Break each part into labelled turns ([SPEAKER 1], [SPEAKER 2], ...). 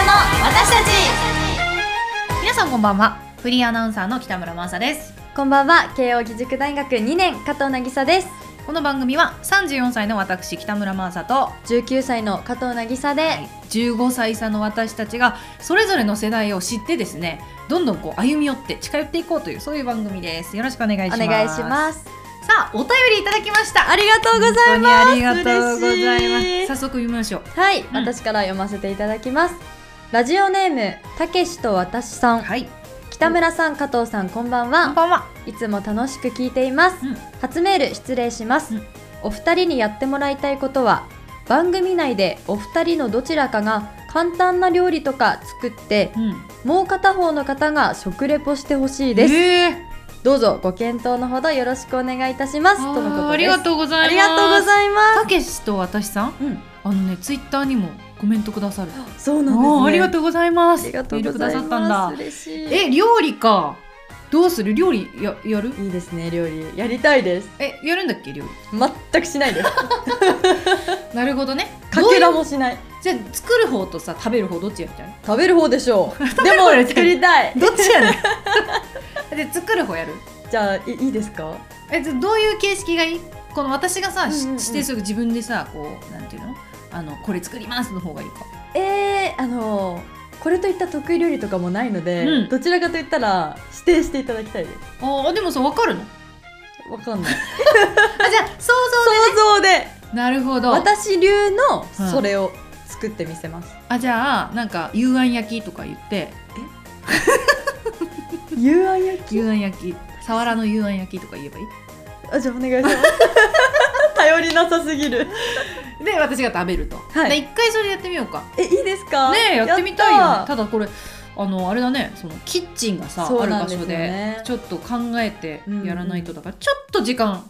[SPEAKER 1] 私たち皆さんこんばんはフリーアナウンサーの北村真麻です
[SPEAKER 2] こんばんは慶應義塾大学2年加藤渚です
[SPEAKER 1] この番組は34歳の私北村真麻と
[SPEAKER 2] 19歳の加藤渚で、
[SPEAKER 1] 15歳差の私たちがそれぞれの世代を知ってですねどんどんこう歩み寄って近寄っていこうというそういう番組ですよろしくお願いします
[SPEAKER 2] お願いします
[SPEAKER 1] さあお便りいただきました
[SPEAKER 2] ありがとうございます
[SPEAKER 1] 本当にありがとうございま
[SPEAKER 2] 嬉し
[SPEAKER 1] す
[SPEAKER 2] い
[SPEAKER 1] 早速読みましょう
[SPEAKER 2] はい、
[SPEAKER 1] ん
[SPEAKER 2] 私から読ませていただきますラジオネームたけしと私さん
[SPEAKER 1] はい
[SPEAKER 2] 北村さん加藤さんこんばん
[SPEAKER 1] こん
[SPEAKER 2] は
[SPEAKER 1] ばんはい
[SPEAKER 2] つも楽しく聞いています
[SPEAKER 1] うん
[SPEAKER 2] 初メール失礼します、
[SPEAKER 1] うん
[SPEAKER 2] お二人にやってもらいたいことは番組内でお二人のどちらかが簡単な料理とか作って
[SPEAKER 1] うん
[SPEAKER 2] もう片方の方が食レポしてほしいです、
[SPEAKER 1] えー
[SPEAKER 2] どうぞご検討のほどよろしくお願いいたしますとのことです
[SPEAKER 1] あーありがとうございます
[SPEAKER 2] ありがとうございます
[SPEAKER 1] たけしと私さん
[SPEAKER 2] うん、
[SPEAKER 1] あのねツイッターにもコメントくださる
[SPEAKER 2] そうなんです
[SPEAKER 1] あー
[SPEAKER 2] ね
[SPEAKER 1] ありがとうございます
[SPEAKER 2] ありがとうございま
[SPEAKER 1] メール
[SPEAKER 2] す
[SPEAKER 1] くださったんだ
[SPEAKER 2] 嬉しい
[SPEAKER 1] え料理かどうする料理ややる
[SPEAKER 2] いいですね料理やりたいです
[SPEAKER 1] えやるんだっけ料理
[SPEAKER 2] 全くしないです
[SPEAKER 1] なるほどね
[SPEAKER 2] かけら
[SPEAKER 1] どういう
[SPEAKER 2] もしない
[SPEAKER 1] じゃあ作る方とさ食べる方どっちやりたい
[SPEAKER 2] 食べる方でしょう で
[SPEAKER 1] べる方やりたい
[SPEAKER 2] も作りたい
[SPEAKER 1] どっちやねん で作る方やる
[SPEAKER 2] じゃあいいいですか
[SPEAKER 1] えじゃあどういう形式がいいこの私がさ、
[SPEAKER 2] うん
[SPEAKER 1] し
[SPEAKER 2] うんうん
[SPEAKER 1] 指定する自分でさこうなんていうのあのこれ作りますの方がいいか
[SPEAKER 2] えー、あのーこれといった得意料理とかもないので、
[SPEAKER 1] うん
[SPEAKER 2] どちらかといったら指定していただきたいです
[SPEAKER 1] あーでもさ分かるの
[SPEAKER 2] わかんない
[SPEAKER 1] あじゃあ想
[SPEAKER 2] 想像で
[SPEAKER 1] 像なるほど
[SPEAKER 2] 私流の
[SPEAKER 1] うん
[SPEAKER 2] それを作ってみせます、
[SPEAKER 1] あじゃあなんか幽庵焼きとか言って
[SPEAKER 2] 幽暗焼き
[SPEAKER 1] 幽庵焼きさわらの幽庵焼きとか言えばいい
[SPEAKER 2] あじゃあお願いします 頼りなさすぎる
[SPEAKER 1] で私が食べると、
[SPEAKER 2] はい
[SPEAKER 1] で一回それやってみようか
[SPEAKER 2] えいいですか
[SPEAKER 1] ねえやってみたいよね
[SPEAKER 2] やった
[SPEAKER 1] だこれあのあれだねそのキッチンがさ、
[SPEAKER 2] そ
[SPEAKER 1] あ
[SPEAKER 2] う
[SPEAKER 1] る
[SPEAKER 2] な
[SPEAKER 1] 場
[SPEAKER 2] んです
[SPEAKER 1] 所
[SPEAKER 2] よ
[SPEAKER 1] で、
[SPEAKER 2] ね
[SPEAKER 1] ちょっと考えてやらないとだから、ちょっと時間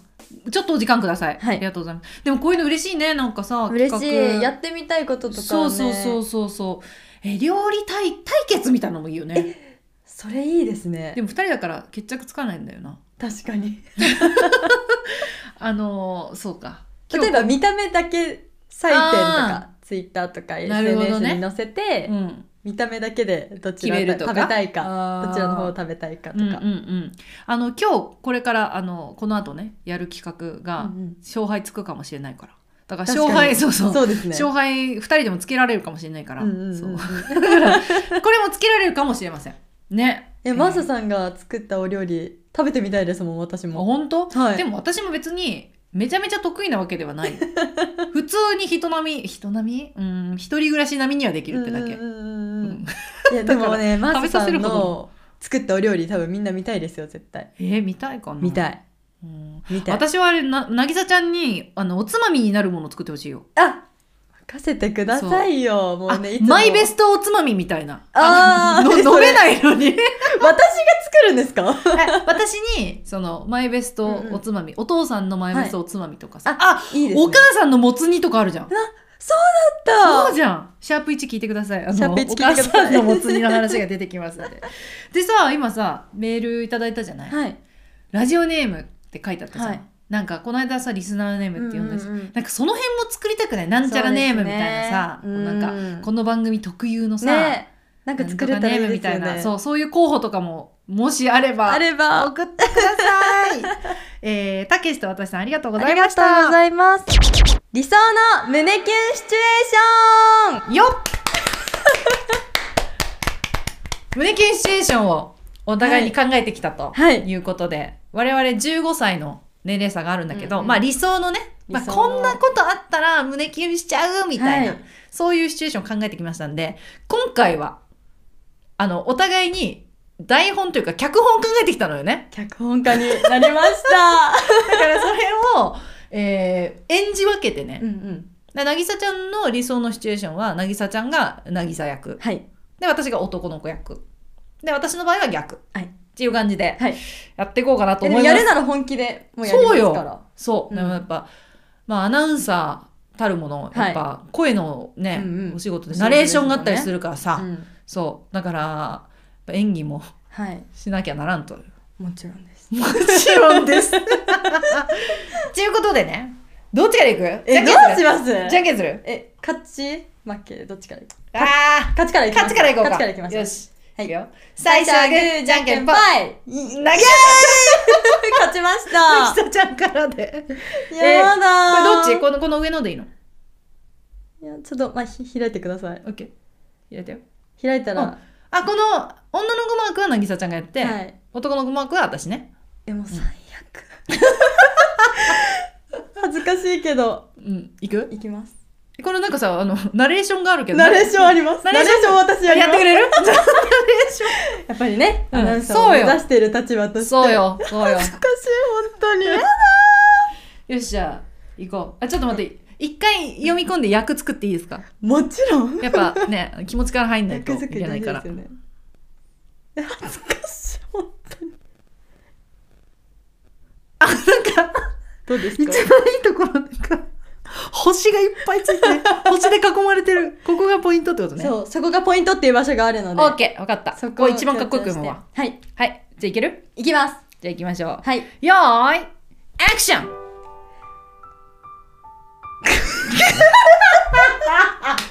[SPEAKER 1] ちょっとお時間ください、
[SPEAKER 2] はい
[SPEAKER 1] ありがとうございますでもこういうの嬉しいねなんかさ
[SPEAKER 2] た嬉
[SPEAKER 1] 企
[SPEAKER 2] し
[SPEAKER 1] 画
[SPEAKER 2] いやってみたいこととか、ね、
[SPEAKER 1] そうそうそうそうそうえ料理対対決みたいなのもいいよね
[SPEAKER 2] それいいですね
[SPEAKER 1] でも2人だから決着つかないんだよな
[SPEAKER 2] 確かに
[SPEAKER 1] あのーそうか
[SPEAKER 2] 例えば見た目だけ採点と
[SPEAKER 1] あ
[SPEAKER 2] かツイッターとか
[SPEAKER 1] なるほどね
[SPEAKER 2] SNS に載せて、
[SPEAKER 1] うん、
[SPEAKER 2] 見た目だけでどちら
[SPEAKER 1] 決める
[SPEAKER 2] が
[SPEAKER 1] とか
[SPEAKER 2] 食べたいか
[SPEAKER 1] あー
[SPEAKER 2] どちらの方を食べたいかとか、
[SPEAKER 1] うんうんうん、あの今日これからあのこの後ねやる企画が
[SPEAKER 2] うんうん
[SPEAKER 1] 勝敗つくかもしれないからだから
[SPEAKER 2] 確かに
[SPEAKER 1] 勝敗そうそう
[SPEAKER 2] そうですね
[SPEAKER 1] 勝敗2人でもつけられるかもしれないから、
[SPEAKER 2] うんうんうん
[SPEAKER 1] そうだからこれもつけられるかもしれませんね
[SPEAKER 2] えマサさんが作ったお料理食べてみたいですもん私
[SPEAKER 1] あ
[SPEAKER 2] も
[SPEAKER 1] 本当、
[SPEAKER 2] はい
[SPEAKER 1] でも私も別にめちゃめちゃ得意なわけで はない普通に人並み人並みうん一人暮らし並みにはできるってだけ、
[SPEAKER 2] うんうんうんうん
[SPEAKER 1] うん
[SPEAKER 2] い やでもねマ
[SPEAKER 1] 食べ
[SPEAKER 2] サ
[SPEAKER 1] さ
[SPEAKER 2] さ
[SPEAKER 1] せる
[SPEAKER 2] ん
[SPEAKER 1] ほど
[SPEAKER 2] の作ったお料理多分みんな見たいですよ絶対
[SPEAKER 1] えー見たいかな
[SPEAKER 2] 見たい
[SPEAKER 1] うん
[SPEAKER 2] 見たい
[SPEAKER 1] 私はあれな渚ちゃんにあのおつまみになるものを作ってほしいよ
[SPEAKER 2] あ任せてくださいよもうねい
[SPEAKER 1] あマイベ
[SPEAKER 2] ト
[SPEAKER 1] ストおつまみみたいな。
[SPEAKER 2] あー
[SPEAKER 1] の
[SPEAKER 2] そ
[SPEAKER 1] 飲
[SPEAKER 2] れ
[SPEAKER 1] めないのに。
[SPEAKER 2] 私が作るんですか
[SPEAKER 1] 私に、その、マイベストおつまみ、お父さんのマイベストおつまみとかさ。
[SPEAKER 2] はい
[SPEAKER 1] あ、
[SPEAKER 2] いいですね
[SPEAKER 1] お母さんのもつ煮とかあるじゃん。そう
[SPEAKER 2] だ
[SPEAKER 1] じゃん。シャープ1聞いてください。あの
[SPEAKER 2] シャープ1聞いて
[SPEAKER 1] お
[SPEAKER 2] くださ
[SPEAKER 1] 母
[SPEAKER 2] い
[SPEAKER 1] さんのもつ煮の話が出てきます ので。でさ、今さ、メールいただいたじゃない、
[SPEAKER 2] はい
[SPEAKER 1] ラジオネームって書いてあったじゃん。
[SPEAKER 2] はい
[SPEAKER 1] なんか、この間さ、リスナーネームって呼んだし、
[SPEAKER 2] うんうんうん
[SPEAKER 1] なんかその辺も作りたくないなんちゃらネームみたいなさ、
[SPEAKER 2] そうです
[SPEAKER 1] こ
[SPEAKER 2] ね
[SPEAKER 1] う
[SPEAKER 2] う
[SPEAKER 1] なん
[SPEAKER 2] ん
[SPEAKER 1] か、この番組特有のさ、
[SPEAKER 2] ねなんか作れたらいい
[SPEAKER 1] なんとかネーム
[SPEAKER 2] で
[SPEAKER 1] み
[SPEAKER 2] す
[SPEAKER 1] た
[SPEAKER 2] よ
[SPEAKER 1] いな
[SPEAKER 2] ね
[SPEAKER 1] そうそういう候補とかももしあれば
[SPEAKER 2] あれば
[SPEAKER 1] 送ってください えーたけしと私さんありがとうございました
[SPEAKER 2] ありがとうございます。理想の胸キュンシチュエーション
[SPEAKER 1] よっ 胸キュンシチュエーションをお互いに考えてきたと
[SPEAKER 2] はい
[SPEAKER 1] いうことで、我々15歳の年齢差があるんだけ
[SPEAKER 2] う
[SPEAKER 1] ど、
[SPEAKER 2] んうん
[SPEAKER 1] まあ理想のね、まあ、
[SPEAKER 2] 理想の
[SPEAKER 1] こんなことあったら胸キュンしちゃうみたいな、
[SPEAKER 2] はい
[SPEAKER 1] そういうシチュエーションを考えてきましたんで今回はあのお互いに台本というか脚本を考えてきたのよ ね。
[SPEAKER 2] 脚本家になりました。
[SPEAKER 1] だからそれを、えー演じ分けてね。
[SPEAKER 2] うんうん。
[SPEAKER 1] なぎ渚ちゃんの理想のシチュエーションは、なぎさちゃんがなぎさ役。
[SPEAKER 2] はい。
[SPEAKER 1] で、私が男の子役。で、私の場合は逆。
[SPEAKER 2] はい
[SPEAKER 1] っていう感じで、
[SPEAKER 2] はい。
[SPEAKER 1] やっていこうかなと
[SPEAKER 2] で
[SPEAKER 1] 思
[SPEAKER 2] も
[SPEAKER 1] い
[SPEAKER 2] や
[SPEAKER 1] ます。
[SPEAKER 2] るなら本気でもうやりま
[SPEAKER 1] そう
[SPEAKER 2] すか
[SPEAKER 1] よ
[SPEAKER 2] ら。。
[SPEAKER 1] そう。
[SPEAKER 2] うん
[SPEAKER 1] でもやっぱ、まあ、アナウンサーたるもの、
[SPEAKER 2] はい
[SPEAKER 1] やっぱ、声のね、
[SPEAKER 2] うんうん
[SPEAKER 1] お仕事で
[SPEAKER 2] お仕事ですもんね
[SPEAKER 1] ナレーションがあったりするからさ、
[SPEAKER 2] うん
[SPEAKER 1] そう。だから、やっぱ演技も
[SPEAKER 2] はい。
[SPEAKER 1] しなきゃならんと いう。
[SPEAKER 2] もちろんです。
[SPEAKER 1] もちろんです。ということでね、どっちからいくじゃ
[SPEAKER 2] え、
[SPEAKER 1] ん
[SPEAKER 2] ど
[SPEAKER 1] け
[SPEAKER 2] うん
[SPEAKER 1] す
[SPEAKER 2] し
[SPEAKER 1] る
[SPEAKER 2] ます
[SPEAKER 1] じゃんけんする
[SPEAKER 2] え、勝ち負けどっちからいく
[SPEAKER 1] ああ
[SPEAKER 2] 勝ちからいきます
[SPEAKER 1] 勝ちからいこうか
[SPEAKER 2] 勝ちからいきましょう
[SPEAKER 1] よし、
[SPEAKER 2] はい
[SPEAKER 1] いくよ最初はグーじゃんけんぽ
[SPEAKER 2] い
[SPEAKER 1] ん投げや
[SPEAKER 2] 勝ちま した
[SPEAKER 1] ひさちゃんからで これ
[SPEAKER 2] やだ
[SPEAKER 1] ど
[SPEAKER 2] ー
[SPEAKER 1] っちこのこの上のでいいの
[SPEAKER 2] いやちょっと、まあ、ひ開いてください
[SPEAKER 1] オッケー入れてよ
[SPEAKER 2] 開いたら、
[SPEAKER 1] うんあこの女の子マークは渚ちゃんがやって、
[SPEAKER 2] はい
[SPEAKER 1] 男の子マークは私ね
[SPEAKER 2] でも最悪 恥ずかしいけど
[SPEAKER 1] うんいく
[SPEAKER 2] いきます
[SPEAKER 1] これなんかさあのナレーションがあるけど
[SPEAKER 2] ナレーションあります
[SPEAKER 1] ナ
[SPEAKER 2] ナ
[SPEAKER 1] レ
[SPEAKER 2] レ
[SPEAKER 1] ー
[SPEAKER 2] ー
[SPEAKER 1] シ
[SPEAKER 2] シ
[SPEAKER 1] ョン
[SPEAKER 2] ョン私やり
[SPEAKER 1] やっ
[SPEAKER 2] ま
[SPEAKER 1] て
[SPEAKER 2] す
[SPEAKER 1] くれる ナレーシ
[SPEAKER 2] やっぱりね、
[SPEAKER 1] うん
[SPEAKER 2] アナウンサーを
[SPEAKER 1] そう
[SPEAKER 2] 目
[SPEAKER 1] よ
[SPEAKER 2] 指している立場と
[SPEAKER 1] ョン
[SPEAKER 2] して
[SPEAKER 1] そうよそうよ
[SPEAKER 2] 恥ずかしい本当に
[SPEAKER 1] よしじゃあ行こうあちょっと待って一回読み込んで役作っていいですか
[SPEAKER 2] もちろん
[SPEAKER 1] やっぱね気持ちから入んないと
[SPEAKER 2] 役
[SPEAKER 1] い
[SPEAKER 2] 作り
[SPEAKER 1] けな
[SPEAKER 2] 大
[SPEAKER 1] い
[SPEAKER 2] 事
[SPEAKER 1] か
[SPEAKER 2] で
[SPEAKER 1] ら
[SPEAKER 2] すよね恥ずかしい本当に
[SPEAKER 1] あなんか
[SPEAKER 2] どうです
[SPEAKER 1] 一
[SPEAKER 2] か
[SPEAKER 1] 番いいところなんか星がいっぱいつい て星で囲まれてるここがポイントってことね
[SPEAKER 2] そうそこがポイントっていう場所があるので
[SPEAKER 1] オッケー分かった
[SPEAKER 2] そ
[SPEAKER 1] こ
[SPEAKER 2] こを
[SPEAKER 1] こ一番かっこよく読むわ
[SPEAKER 2] 強調してはい
[SPEAKER 1] はいじゃあいける
[SPEAKER 2] いきます
[SPEAKER 1] じゃあ行きましょう
[SPEAKER 2] はい
[SPEAKER 1] よーいアクション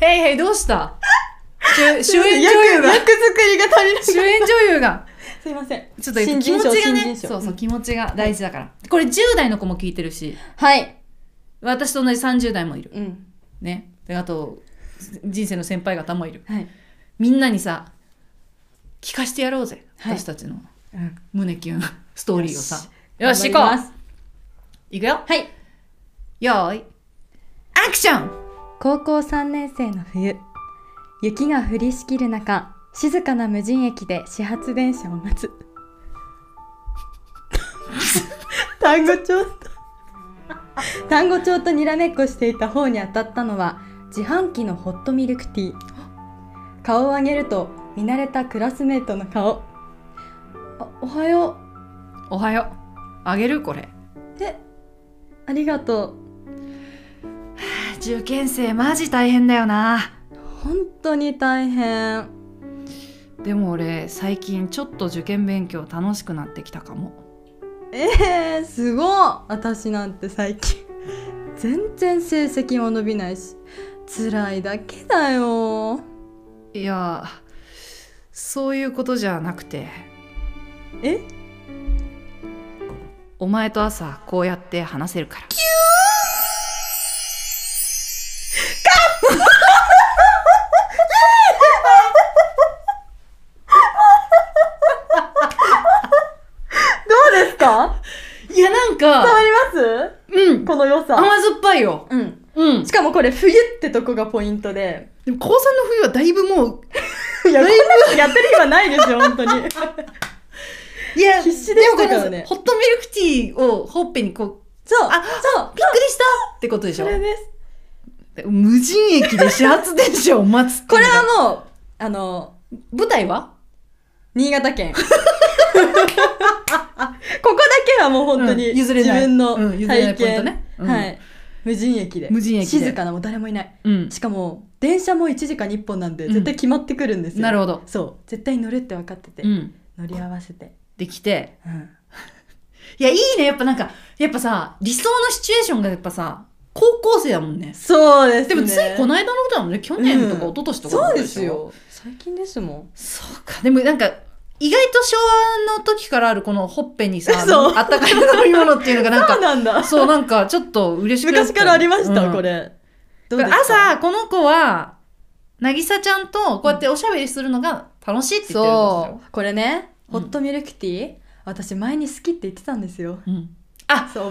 [SPEAKER 1] ヘイヘイどうした 主主演女優が
[SPEAKER 2] 役役作りが足りない
[SPEAKER 1] 主演女優が
[SPEAKER 2] すいません
[SPEAKER 1] ちょっと
[SPEAKER 2] 新
[SPEAKER 1] 気
[SPEAKER 2] 人
[SPEAKER 1] 持
[SPEAKER 2] 賞
[SPEAKER 1] ちが
[SPEAKER 2] 新
[SPEAKER 1] ね
[SPEAKER 2] 人賞
[SPEAKER 1] そうそう気持ちが大事だから、これ10代の子も聞いてるし
[SPEAKER 2] はい
[SPEAKER 1] 私と同じ30代もいる
[SPEAKER 2] うん
[SPEAKER 1] ねであと人生の先輩方もいる
[SPEAKER 2] はい
[SPEAKER 1] みんなにさ聞かしてやろうぜ、
[SPEAKER 2] はい
[SPEAKER 1] 私たちの胸キュンストーリーをさよ
[SPEAKER 2] 頑張
[SPEAKER 1] し行
[SPEAKER 2] り
[SPEAKER 1] こ
[SPEAKER 2] ます
[SPEAKER 1] ういくよ
[SPEAKER 2] はい
[SPEAKER 1] よーいアクション
[SPEAKER 2] 高校3年生の冬雪が降りしきる中静かな無人駅で始発電車を待 つ単語帳と単語帳とにらめっこしていた方に当たったのは自販機のホットミルクティー顔を上げると見慣れたクラスメートの顔あおはよ
[SPEAKER 1] おはようあげるこれ
[SPEAKER 2] うえありがと
[SPEAKER 1] 受験生マジ大変だよな
[SPEAKER 2] う本当に大変
[SPEAKER 1] でも俺最近ちょっと受験勉強楽しくなってきたかも
[SPEAKER 2] えー、すごい私なんて最近全然成績も伸びないし辛いだけだよ
[SPEAKER 1] いやそういうことじゃなくて
[SPEAKER 2] え
[SPEAKER 1] お前と朝こうやって話せるから
[SPEAKER 2] どうですか
[SPEAKER 1] いやな
[SPEAKER 2] 伝
[SPEAKER 1] んか
[SPEAKER 2] わります
[SPEAKER 1] うん
[SPEAKER 2] この良さ
[SPEAKER 1] 甘酸っぱいよ
[SPEAKER 2] うん
[SPEAKER 1] うん
[SPEAKER 2] しかもこれ冬ってとこがポイントで
[SPEAKER 1] でも高3の冬はだいぶも
[SPEAKER 2] いやこんなことやってる暇ないですよ本当に
[SPEAKER 1] ういや
[SPEAKER 2] 必死でしたからね
[SPEAKER 1] もこのホットミルクティーをほっぺにこう
[SPEAKER 2] そう
[SPEAKER 1] あ
[SPEAKER 2] そう
[SPEAKER 1] びっくりしたってことでし
[SPEAKER 2] そ
[SPEAKER 1] ょ
[SPEAKER 2] れです
[SPEAKER 1] 無人駅で始発電車を待つって
[SPEAKER 2] こ
[SPEAKER 1] いう
[SPEAKER 2] れ
[SPEAKER 1] のが
[SPEAKER 2] はもうあの
[SPEAKER 1] 舞台は
[SPEAKER 2] 新潟県 ここだけはもう本当に
[SPEAKER 1] うん譲
[SPEAKER 2] 自
[SPEAKER 1] れない
[SPEAKER 2] 分の
[SPEAKER 1] うん譲れな
[SPEAKER 2] 体
[SPEAKER 1] いポイント
[SPEAKER 2] 験、
[SPEAKER 1] ねうん
[SPEAKER 2] はい、無人駅で
[SPEAKER 1] 無人駅で
[SPEAKER 2] 静かなもう誰もいない
[SPEAKER 1] うん
[SPEAKER 2] しかも電車も1時間に1本なんで
[SPEAKER 1] うん
[SPEAKER 2] 絶対決まってくるんですよ、
[SPEAKER 1] なるほど
[SPEAKER 2] そう絶対乗るって分かってて、
[SPEAKER 1] うん
[SPEAKER 2] 乗り合わせて、
[SPEAKER 1] できて
[SPEAKER 2] うん、
[SPEAKER 1] いやいいねやっぱなんかやっぱさ理想のシチュエーションがやっぱさ高校生だもんね
[SPEAKER 2] そうです
[SPEAKER 1] で
[SPEAKER 2] ね
[SPEAKER 1] もついこの間のことだもんね去年とか
[SPEAKER 2] うん
[SPEAKER 1] 一昨年とかの
[SPEAKER 2] そ
[SPEAKER 1] こ
[SPEAKER 2] う
[SPEAKER 1] と
[SPEAKER 2] です
[SPEAKER 1] しょ
[SPEAKER 2] よ最近ですもん
[SPEAKER 1] そうかでもなんか意外と昭和の時からあるこのほっぺにさ
[SPEAKER 2] そう
[SPEAKER 1] あったかい飲み物っていうのがなん
[SPEAKER 2] そう
[SPEAKER 1] か
[SPEAKER 2] なんだ
[SPEAKER 1] そうなんかちょっと嬉しくなった
[SPEAKER 2] 昔からありました、
[SPEAKER 1] うん
[SPEAKER 2] これどうですか
[SPEAKER 1] 朝この子は渚ちゃんとこうやっておしゃべりするのが楽しいって言ってるん
[SPEAKER 2] そうこれねホットミルクティー、私前に好きって言ってたんですよ
[SPEAKER 1] ですよ、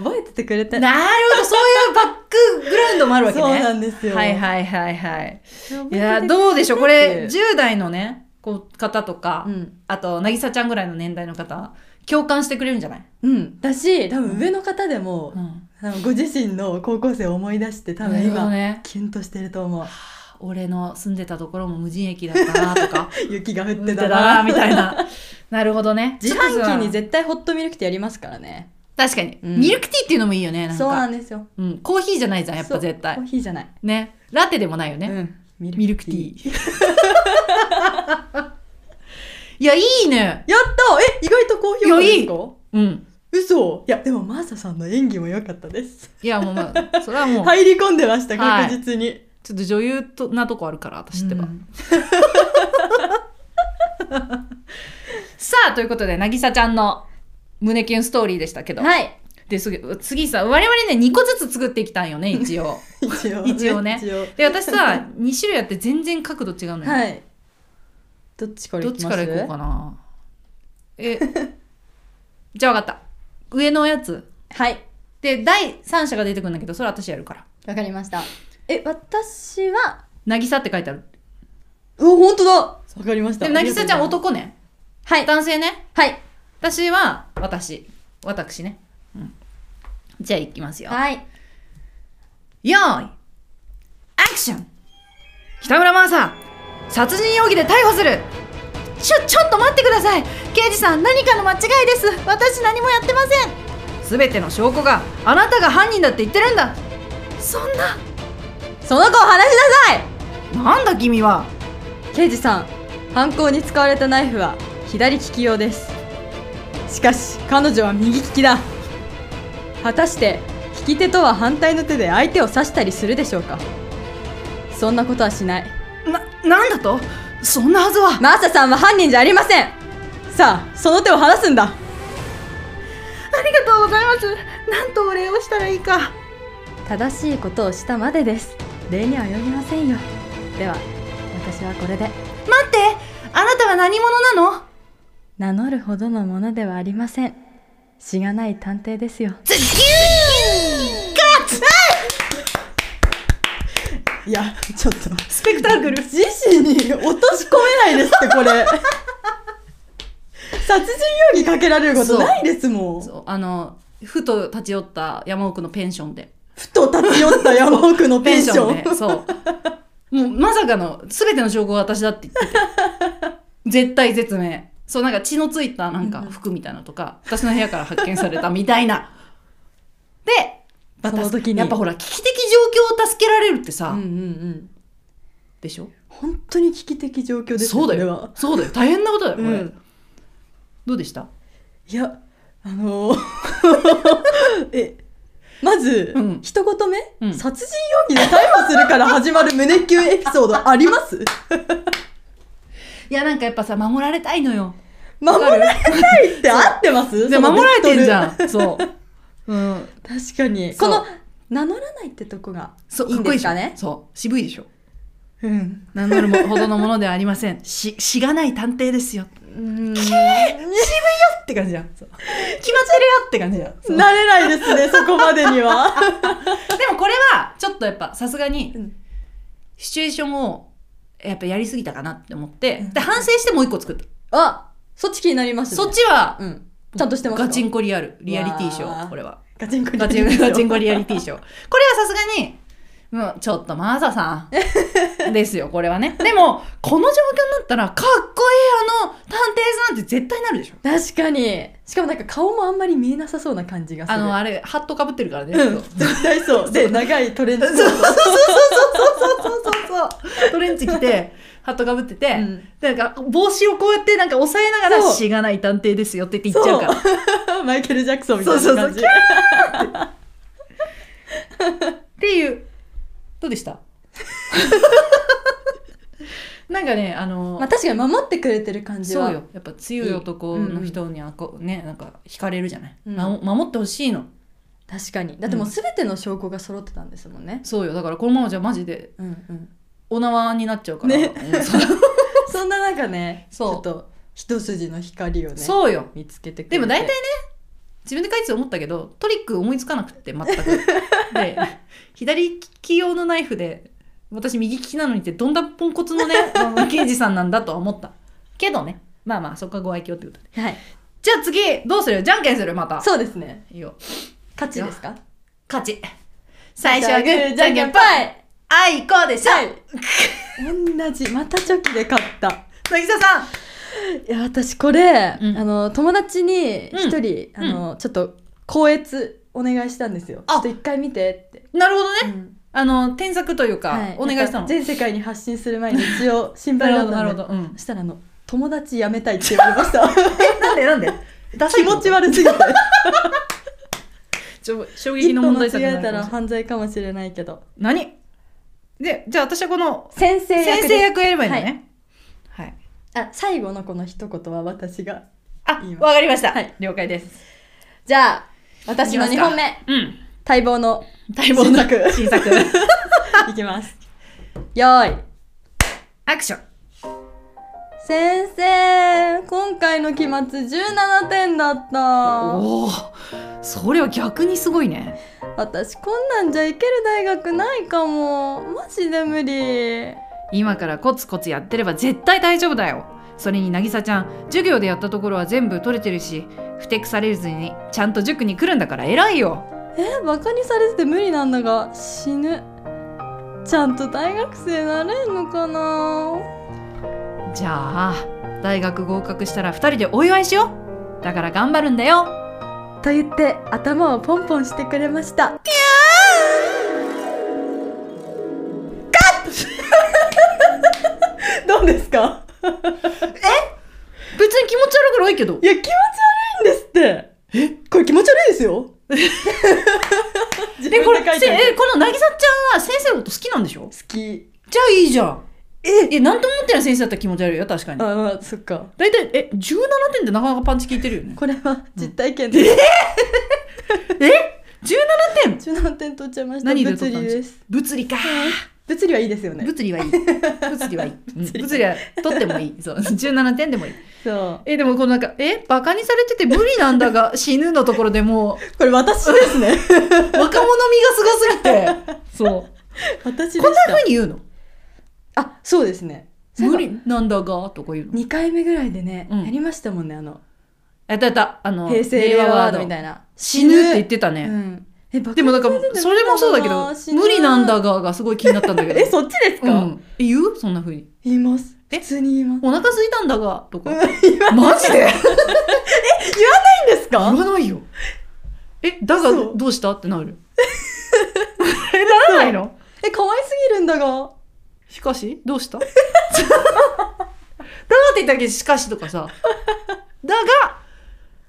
[SPEAKER 2] そ
[SPEAKER 1] うん
[SPEAKER 2] う覚えててくれて
[SPEAKER 1] なるほどそういうバックグラウンドもあるわけね
[SPEAKER 2] そうなんですよ
[SPEAKER 1] はいはいはいはい
[SPEAKER 2] い
[SPEAKER 1] いやどうでしょうこれ
[SPEAKER 2] じ
[SPEAKER 1] 10代のねこう方とか、
[SPEAKER 2] うん、
[SPEAKER 1] あと渚ちゃんぐらいの年代の方共感してくれるんじゃない、
[SPEAKER 2] うん、だし多分上の方でも、
[SPEAKER 1] ん、
[SPEAKER 2] 多分ご自身の高校生を思い出して多分
[SPEAKER 1] なるほど
[SPEAKER 2] 今、
[SPEAKER 1] ね
[SPEAKER 2] キュンとしてると思う
[SPEAKER 1] 俺の住んでたところも無人駅だったな とか
[SPEAKER 2] 雪が降っ
[SPEAKER 1] 降ってて
[SPEAKER 2] た
[SPEAKER 1] た
[SPEAKER 2] な
[SPEAKER 1] なみたいななるほどね
[SPEAKER 2] 自販機に
[SPEAKER 1] ちょっとさ
[SPEAKER 2] 絶対ホットミルクティーやりますからね
[SPEAKER 1] 確かに、
[SPEAKER 2] うん
[SPEAKER 1] ミルクティーっていうのもいいよねなんか
[SPEAKER 2] そうなんですよ
[SPEAKER 1] うん、コーヒーじゃないじゃんやっ
[SPEAKER 2] そ
[SPEAKER 1] ぱ
[SPEAKER 2] う
[SPEAKER 1] 絶対
[SPEAKER 2] コーヒーじゃない、
[SPEAKER 1] ねラテでもないよね、
[SPEAKER 2] うん、ミ
[SPEAKER 1] ミルクティーいやいいね
[SPEAKER 2] やったえ意外と好評なんですか
[SPEAKER 1] うん
[SPEAKER 2] 嘘いやでもマーサさんの演技も良かったです
[SPEAKER 1] いやもう まあそれはもう、
[SPEAKER 2] 入り込んでました
[SPEAKER 1] はい
[SPEAKER 2] 確実に、
[SPEAKER 1] ちょっと女優となとこあるから私ってば、
[SPEAKER 2] うん
[SPEAKER 1] さあということで渚ちゃんの胸キュンストーリーでしたけど、
[SPEAKER 2] はい
[SPEAKER 1] ですぐ次さ我々ね2個ずつ作っていきたんよね 一応
[SPEAKER 2] 一応
[SPEAKER 1] 一応ね
[SPEAKER 2] 一応
[SPEAKER 1] で私さ2種類やって全然角度違うのよ、
[SPEAKER 2] はいどっちから
[SPEAKER 1] ど
[SPEAKER 2] 行
[SPEAKER 1] っ
[SPEAKER 2] き
[SPEAKER 1] ち
[SPEAKER 2] ま
[SPEAKER 1] か
[SPEAKER 2] す
[SPEAKER 1] らいこうかなえ じゃあ分かった上のやつ
[SPEAKER 2] はい
[SPEAKER 1] で第三者が出てくるんだけどそれ私やるから
[SPEAKER 2] わかりましたえ私は
[SPEAKER 1] 渚って書いてある
[SPEAKER 2] お本当だわかりました
[SPEAKER 1] でも渚ちゃん男ね
[SPEAKER 2] はい
[SPEAKER 1] 男性ね
[SPEAKER 2] はい
[SPEAKER 1] 私は私私ね、うんじゃあいきますよ
[SPEAKER 2] はい
[SPEAKER 1] よーいアクション北村真麻殺人容疑で逮捕する
[SPEAKER 3] ちょ、ちょっと待ってください刑事さん、何かの間違いです私何もやってません
[SPEAKER 1] 全ての証拠があなたが犯人だって言ってるんだ
[SPEAKER 3] そんな
[SPEAKER 2] その子を話しなさ
[SPEAKER 1] なんだ君はい
[SPEAKER 2] 刑事さん犯行に使われたナイフは左利き用ですしかし彼女は右利きだ果たして利き手とは反対の手で相手を刺したりするでしょうかそんなことはしない
[SPEAKER 1] な、なんだとそんなはずは
[SPEAKER 2] マーサさんは犯人じゃありませんさあその手を離すんだ
[SPEAKER 3] ありがとうございますなんとお礼をしたらいいか
[SPEAKER 2] 正しいことをしたまでです礼には及びませんよでは私はこれで
[SPEAKER 3] 待ってあなたは何者なの
[SPEAKER 2] 名乗るほどのものではありませんしがない探偵ですよ
[SPEAKER 3] ズキューガッツ
[SPEAKER 2] いやちょっと
[SPEAKER 1] スペクタクル
[SPEAKER 2] 自身に落とし込めないですってこ れ殺人容疑かけられることないですもん
[SPEAKER 1] そうあのふと立ち寄った山奥のペンションで
[SPEAKER 2] ふと立ち寄った山奥のペンション
[SPEAKER 1] でそうもうまさかの全ての証拠が私だって言ってて絶対絶命そうなんか血のついたなんか服みたいなのとか私の部屋から発見されたみたいなでまあ
[SPEAKER 2] その時に
[SPEAKER 1] やっぱほら危機的状況を助けられるってさ、
[SPEAKER 2] うんうんうん
[SPEAKER 1] でしょ
[SPEAKER 2] 本当に危機的状況ですね
[SPEAKER 1] そうだ
[SPEAKER 2] これ
[SPEAKER 1] よ
[SPEAKER 2] は
[SPEAKER 1] そうだよ大変なことだよこれ、
[SPEAKER 2] うん
[SPEAKER 1] どうでした
[SPEAKER 2] いやあのー えまず、
[SPEAKER 1] うん
[SPEAKER 2] 一言目、
[SPEAKER 1] うん
[SPEAKER 2] 殺人容疑で逮捕するから始まる胸キュンエピソードあります
[SPEAKER 1] いやなんかやっぱさ守られたいのよ
[SPEAKER 2] 守られないって合ってます
[SPEAKER 1] で
[SPEAKER 2] その
[SPEAKER 1] 守られてんじゃ
[SPEAKER 2] ベク
[SPEAKER 1] ん そう、うん、
[SPEAKER 2] トル確かにこ
[SPEAKER 1] そう
[SPEAKER 2] の名乗らないってとこが
[SPEAKER 1] そう
[SPEAKER 2] いいんですか
[SPEAKER 1] っこいい
[SPEAKER 2] ね
[SPEAKER 1] でしょそう渋いでしょ
[SPEAKER 2] うん
[SPEAKER 1] 名乗るほどのものではありま せん。し、しがない探偵ですよ。
[SPEAKER 2] うん
[SPEAKER 1] って感じじゃん。そう 決まってるよって感じじゃん。そう
[SPEAKER 2] 慣れないですねそこまでには
[SPEAKER 1] でもこれは、ちょっとやっぱさすがに
[SPEAKER 2] うん、
[SPEAKER 1] シチュエーションを、やっぱやりすぎたかなって思っ
[SPEAKER 2] う
[SPEAKER 1] て
[SPEAKER 2] ん、
[SPEAKER 1] で、反省してもう一個作った。
[SPEAKER 2] あそっち気になりましたね
[SPEAKER 1] そっちは、
[SPEAKER 2] うんちゃんとしてますか
[SPEAKER 1] ガチンコリアル、リアリティショ
[SPEAKER 2] わ
[SPEAKER 1] ー、
[SPEAKER 2] ー
[SPEAKER 1] これは。
[SPEAKER 2] ガチンコリ
[SPEAKER 1] ガチンコ、ガチンコリアリティショー。これはさすがに、もう、ちょっとマーサさ ん。ですよ、これはね。でも、この状況になったら、かっこいいあの探偵さんって絶対なるでしょ。
[SPEAKER 2] 確かにしかもなんか顔もあんまり見えなさそうな感じがす
[SPEAKER 1] あ
[SPEAKER 2] る
[SPEAKER 1] の、あれ、ハットかぶってるからね。
[SPEAKER 2] うん絶対そうで長いトレンチコート
[SPEAKER 1] そうそうそうそう。トレンチ着 て、ハットかぶってて、
[SPEAKER 2] うん
[SPEAKER 1] でなんか帽子をこうやってなんか押さえながら、
[SPEAKER 2] そう
[SPEAKER 1] しがない探偵ですよって言って言っちゃうから。
[SPEAKER 2] マイケル・ジャクソンみたいな感じ
[SPEAKER 1] そうそうそうっていう。どうでした なんかね、あの、
[SPEAKER 2] まあ確かに守ってくれてる感じは
[SPEAKER 1] そうよ。やっぱ強い男の人にあこ、ね、なんか惹かれるじゃない。
[SPEAKER 2] うん
[SPEAKER 1] なお守ってほしいの。
[SPEAKER 2] 確かにだってもう全ての証拠が揃ってたんですもんね、
[SPEAKER 1] そうよ。だからこのままじゃマジで、
[SPEAKER 2] うんうん、
[SPEAKER 1] お縄になっちゃうから。
[SPEAKER 2] ね
[SPEAKER 1] うん そう
[SPEAKER 2] そんな中ね
[SPEAKER 1] そう
[SPEAKER 2] ちょっと一筋の光をね
[SPEAKER 1] そうよ。
[SPEAKER 2] 見つけてくれて
[SPEAKER 1] でも大体ね自分で書いてて思ったけどトリック思いつかなくて 全くで左利き用のナイフで私右利きなのにってどんなポンコツの ねあの刑事さんなんだとは思ったけどねまあまあそこはご愛嬌ってことで
[SPEAKER 2] はい
[SPEAKER 1] じゃあ次どうするじゃんけんするまた
[SPEAKER 2] そうですね
[SPEAKER 1] いいよ
[SPEAKER 2] 勝ちですか
[SPEAKER 1] 勝ち最初はグーじゃんけんぽい
[SPEAKER 2] パイ
[SPEAKER 1] あいこうでしょ
[SPEAKER 2] 同じまたチョキで勝った
[SPEAKER 1] 渚さん
[SPEAKER 2] いや私これ、
[SPEAKER 1] うん
[SPEAKER 2] あの友達に一人、
[SPEAKER 1] うん
[SPEAKER 2] あのちょっと校閲お願いしたんですよち
[SPEAKER 1] あ
[SPEAKER 2] ょっと一回見てって、
[SPEAKER 1] なるほどね
[SPEAKER 2] うん
[SPEAKER 1] あの添削というか、
[SPEAKER 2] はい
[SPEAKER 1] お願いした
[SPEAKER 2] なんか
[SPEAKER 1] の
[SPEAKER 2] 全世界に発信する前に一 応心
[SPEAKER 1] な
[SPEAKER 2] 配
[SPEAKER 1] る
[SPEAKER 2] だ
[SPEAKER 1] ほ
[SPEAKER 2] っ
[SPEAKER 1] ど
[SPEAKER 2] たの
[SPEAKER 1] なるほ
[SPEAKER 2] で
[SPEAKER 1] ど、うん
[SPEAKER 2] そ、したらあの友達辞めたいって言われました
[SPEAKER 1] なんでなんで
[SPEAKER 2] 気持ち悪す ぎて
[SPEAKER 1] ちょ衝撃
[SPEAKER 2] 一
[SPEAKER 1] の
[SPEAKER 2] 歩
[SPEAKER 1] 問題
[SPEAKER 2] 間
[SPEAKER 1] 作
[SPEAKER 2] 違
[SPEAKER 1] に
[SPEAKER 2] え
[SPEAKER 1] な
[SPEAKER 2] たら
[SPEAKER 1] る
[SPEAKER 2] 犯罪かもしれないけど
[SPEAKER 1] 何でじゃあ私はこの
[SPEAKER 2] 先生
[SPEAKER 1] 先
[SPEAKER 2] 役
[SPEAKER 1] 生
[SPEAKER 2] で
[SPEAKER 1] 役やればいいのねはい、
[SPEAKER 2] あ最後のこの一言は私が言います
[SPEAKER 1] あわかりました、
[SPEAKER 2] はい
[SPEAKER 1] 了解です
[SPEAKER 2] じゃあ私の2本目
[SPEAKER 1] うん
[SPEAKER 2] 待望の
[SPEAKER 1] 待望の
[SPEAKER 2] 新
[SPEAKER 1] 新作
[SPEAKER 2] いきますよーい
[SPEAKER 1] アクション
[SPEAKER 2] 先生今回の期末17点だった
[SPEAKER 1] おおそれは逆にすごいね
[SPEAKER 2] 私こんなんじゃいける大学ないかもマジで無理
[SPEAKER 1] 今からコツコツやってれば絶対大丈夫だよそれに渚ちゃん授業でやったところは全部取れてるしふてくされずにちゃんと塾に来るんだから偉いよ
[SPEAKER 2] えバカにされてて無理なんだが死ぬちゃんと大学生なれんのかな
[SPEAKER 1] じゃあ大学合格したら二人でお祝いしようだから頑張るんだよ
[SPEAKER 2] と言って頭をポンポンしてくれましたカッ どうですか
[SPEAKER 1] 別に気持ち悪くないけど
[SPEAKER 2] いや気持ち悪いんですってえこれ気持ち悪いですよ 自
[SPEAKER 1] えこれ
[SPEAKER 2] 分で書い
[SPEAKER 1] せ
[SPEAKER 2] てある
[SPEAKER 1] えこの渚ちゃんは先生のこと好きなんでしょ
[SPEAKER 2] 好き
[SPEAKER 1] じゃあいいじゃん
[SPEAKER 2] え
[SPEAKER 1] えなんとも思ってない先生だったら気持ち悪いよ確かに
[SPEAKER 2] ああそっか
[SPEAKER 1] 大体え17点ってなかなかパンチ効いてるよね
[SPEAKER 2] これは実体験です、
[SPEAKER 1] 17点
[SPEAKER 2] 17点取っちゃいました
[SPEAKER 1] 何で
[SPEAKER 2] 物
[SPEAKER 1] 取った
[SPEAKER 2] 理
[SPEAKER 1] ん
[SPEAKER 2] です
[SPEAKER 1] 物理か
[SPEAKER 2] 物理はいいですよね
[SPEAKER 1] 物理はいい物 理はいいうん物理は取ってもいいそう17点でもいい
[SPEAKER 2] そう
[SPEAKER 1] えでもこのなんか「えバカにされてて無理なんだ が死ぬ」のところでも
[SPEAKER 2] これ私ですね
[SPEAKER 1] う若者味がすごすぎてそう
[SPEAKER 2] 私で
[SPEAKER 1] こんな
[SPEAKER 2] した
[SPEAKER 1] 風に言うの
[SPEAKER 2] あそうですね
[SPEAKER 1] 「無理なんだが」とか言うの
[SPEAKER 2] 2回目ぐらいでね、
[SPEAKER 1] うん
[SPEAKER 2] やりましたもんねあの
[SPEAKER 1] やったやったあの
[SPEAKER 2] 平成令和ワードみたいな
[SPEAKER 1] 死ぬって言ってた
[SPEAKER 2] う
[SPEAKER 1] ね
[SPEAKER 2] んえバカ
[SPEAKER 1] でもなんか
[SPEAKER 2] にされてて
[SPEAKER 1] それもそうだけど「
[SPEAKER 2] 死ぬ
[SPEAKER 1] 無理なんだが」がすごい気になったんだけ ど
[SPEAKER 2] えそっちです
[SPEAKER 1] う
[SPEAKER 2] か、
[SPEAKER 1] んえ言うそんな風に
[SPEAKER 2] 言います
[SPEAKER 1] え
[SPEAKER 2] 普通に言います
[SPEAKER 1] 「お腹空いたんだが」 とか
[SPEAKER 2] 言わ
[SPEAKER 1] マジで
[SPEAKER 2] ないんですか
[SPEAKER 1] 言わないよ。え、だが
[SPEAKER 2] 嘘
[SPEAKER 1] どうしたってなる。 え、ならないの
[SPEAKER 2] え可愛すぎるんだが
[SPEAKER 1] しかし、どうした だがって言っただけどしかしとかさ。だが、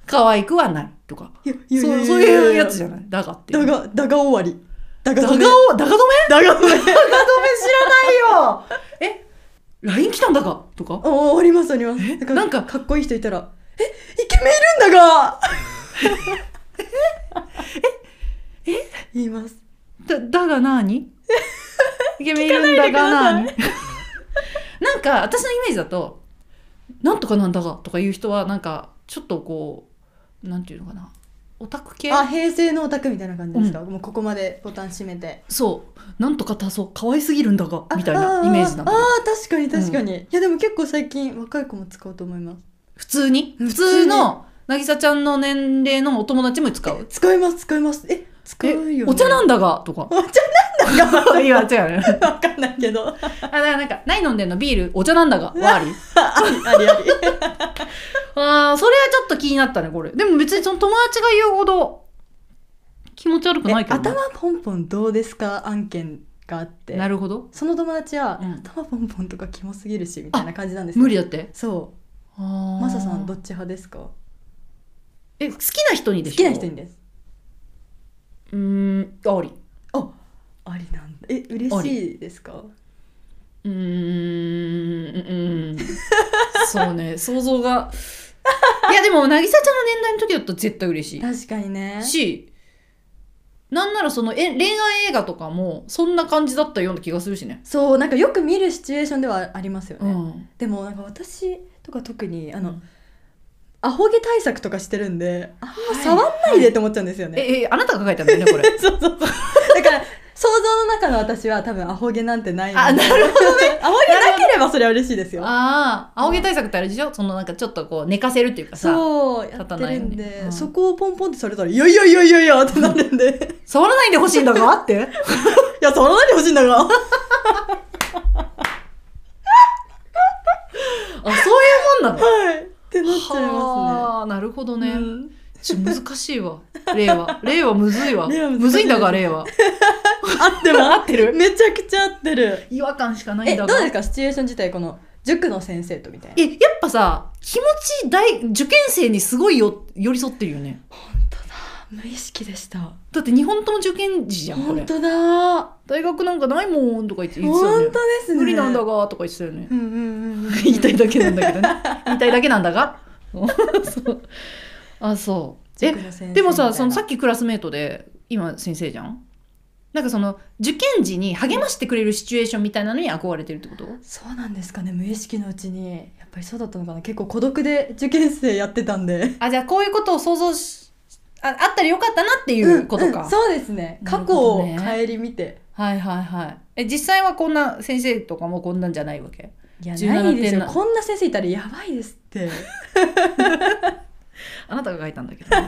[SPEAKER 1] 可愛くはないとか。
[SPEAKER 2] いやい
[SPEAKER 1] そう
[SPEAKER 2] やいやいや
[SPEAKER 1] そういうやつじゃない。だがって。
[SPEAKER 2] だがだが終わりだが
[SPEAKER 1] だが
[SPEAKER 2] 止
[SPEAKER 1] を、
[SPEAKER 2] め
[SPEAKER 1] だが止め
[SPEAKER 2] だが止め
[SPEAKER 1] だが止め知ら ないよ。え、LINE 来たんだがとか。
[SPEAKER 2] おおありますありますだら
[SPEAKER 1] なんか
[SPEAKER 2] かっこいい人いたらえイケメンいるんだ がええ言います
[SPEAKER 1] だ、だがなー にイケメンいるんだがなーに なんか、私のイメージだと、なんとかなんだがとかいう人は、なんか、ちょっとこう、なんていうのかな、オタク系
[SPEAKER 2] あ平成のオタクみたいな感じですか、もうここまでボタン閉めて
[SPEAKER 1] そう、なんとか足そう、可愛すぎるんだが、みたいな
[SPEAKER 2] あ
[SPEAKER 1] イメージなんだ
[SPEAKER 2] あ。ー確かに確かに、いやでも結構最近若い子も使うと思います
[SPEAKER 1] 普通に
[SPEAKER 2] うん
[SPEAKER 1] 普通の、なぎさちゃんの年齢のお友達も使う。
[SPEAKER 2] 使います使いますえ使う
[SPEAKER 1] え
[SPEAKER 2] よ、ね、
[SPEAKER 1] お茶なん んだがとか。
[SPEAKER 2] お茶なんだが
[SPEAKER 1] いや、違うね。
[SPEAKER 2] わかんないけど あ
[SPEAKER 1] あ、だからなんか、何飲んでんのビール、お茶なんだが、はあり。
[SPEAKER 2] りありあり
[SPEAKER 1] ああ、それはちょっと気になったね、これ。でも別にその友達が言うほど気持ち悪くないけど、ね。
[SPEAKER 2] 頭ポンポンどうですか案件があって
[SPEAKER 1] なるほど。
[SPEAKER 2] その友達は、
[SPEAKER 1] うん
[SPEAKER 2] 頭ポンポンとかキモすぎるしみたいな感じなんですよ
[SPEAKER 1] 無理だって。
[SPEAKER 2] そう
[SPEAKER 1] マ
[SPEAKER 2] マサさんどっち派ですか
[SPEAKER 1] え、好きな人に
[SPEAKER 2] 好
[SPEAKER 1] でし
[SPEAKER 2] き
[SPEAKER 1] ょ
[SPEAKER 2] な人にです
[SPEAKER 1] うーん、あり。
[SPEAKER 2] ありなんだえ嬉しいですか
[SPEAKER 1] うーん、うーん。 そうね、想像が。いや、でも、なぎさちゃんの年代の時だったら絶対嬉しい。
[SPEAKER 2] 確かにね
[SPEAKER 1] し、なんならそのえ恋愛映画とかもそんな感じだったような気がするしね。
[SPEAKER 2] そうなんかよく見るシチュエーションではありますよ
[SPEAKER 1] う
[SPEAKER 2] ね、
[SPEAKER 1] ん。
[SPEAKER 2] でもなんか私とか特にあの、
[SPEAKER 1] うん
[SPEAKER 2] アホ毛対策とかしてるんであんま
[SPEAKER 1] はい
[SPEAKER 2] 触んないでって思っちゃうんですよ ね、
[SPEAKER 1] え、え、あなたが書いたんだよね、こ れ。
[SPEAKER 2] そうそうそうだから想像の中の私は多分アホ毛なんてないので
[SPEAKER 1] あなる
[SPEAKER 2] ほどね アホ毛なければそれは嬉しいですよ
[SPEAKER 1] ああ、青毛対策ってあれでしょそのなんかちょっとこう寝かせるっていうかさ、
[SPEAKER 2] そうや
[SPEAKER 1] 立
[SPEAKER 2] って
[SPEAKER 1] たない
[SPEAKER 2] る
[SPEAKER 1] よね
[SPEAKER 2] んで、
[SPEAKER 1] うん
[SPEAKER 2] そこをポンポンってされたら「いやいやいやいやいや」ってなるんで 「
[SPEAKER 1] 触らないでほしいんだ がって。
[SPEAKER 2] いや触らないでほしいんだが」
[SPEAKER 1] あ、そういうもんなの
[SPEAKER 2] はいってなっちゃいます
[SPEAKER 1] はあなるほど
[SPEAKER 2] ね
[SPEAKER 1] ね。
[SPEAKER 2] うん
[SPEAKER 1] ちょ難しいわ。令和。令和むずいわ。
[SPEAKER 2] 令和難しい
[SPEAKER 1] むずいんだが、令和。
[SPEAKER 2] 合ってます合ってるめちゃくちゃ合ってる
[SPEAKER 1] 違和感しかない
[SPEAKER 2] え
[SPEAKER 1] ん
[SPEAKER 2] ど
[SPEAKER 1] だ
[SPEAKER 2] う
[SPEAKER 1] が。
[SPEAKER 2] ですかシチュエーション自体この塾の先生とみたいな
[SPEAKER 1] えやっぱさ気持ち大受験生にすごいよ寄り添ってるよね
[SPEAKER 2] 無意識でした
[SPEAKER 1] だって日本とも受験時じゃんこ
[SPEAKER 2] 本
[SPEAKER 1] れ
[SPEAKER 2] 当だ
[SPEAKER 1] 大学なんかないもんとか言って言ってたよ
[SPEAKER 2] 本当
[SPEAKER 1] ね
[SPEAKER 2] ですね
[SPEAKER 1] 無理なんだがとか言ってたよね
[SPEAKER 2] うんうん うん
[SPEAKER 1] 言いたいだけなんだけどね言いたいだけなんだが そうあそうえでもさそのさっきクラスメートで今先生じゃんなんかその受験時に励ましてくれるシチュエーションみたいなのに憧れてるってこと
[SPEAKER 2] そうなんですかね無意識のうちにやっぱりそうだったのかな結構孤独で受験生やってたんで
[SPEAKER 1] あじゃあこういうことを想像しああったらよかったなっていうことか、
[SPEAKER 2] うんうんそうですね
[SPEAKER 1] なる
[SPEAKER 2] 過去
[SPEAKER 1] ほど
[SPEAKER 2] を
[SPEAKER 1] ね
[SPEAKER 2] 顧みて
[SPEAKER 1] はいはいはいえ実際はこんな先生とかもこんなんじゃないわけ
[SPEAKER 2] いや
[SPEAKER 1] 17
[SPEAKER 2] ないです
[SPEAKER 1] 点
[SPEAKER 2] よ
[SPEAKER 1] な
[SPEAKER 2] こんな先生いたらやばい ですって
[SPEAKER 1] あなたが書いたんだけどね、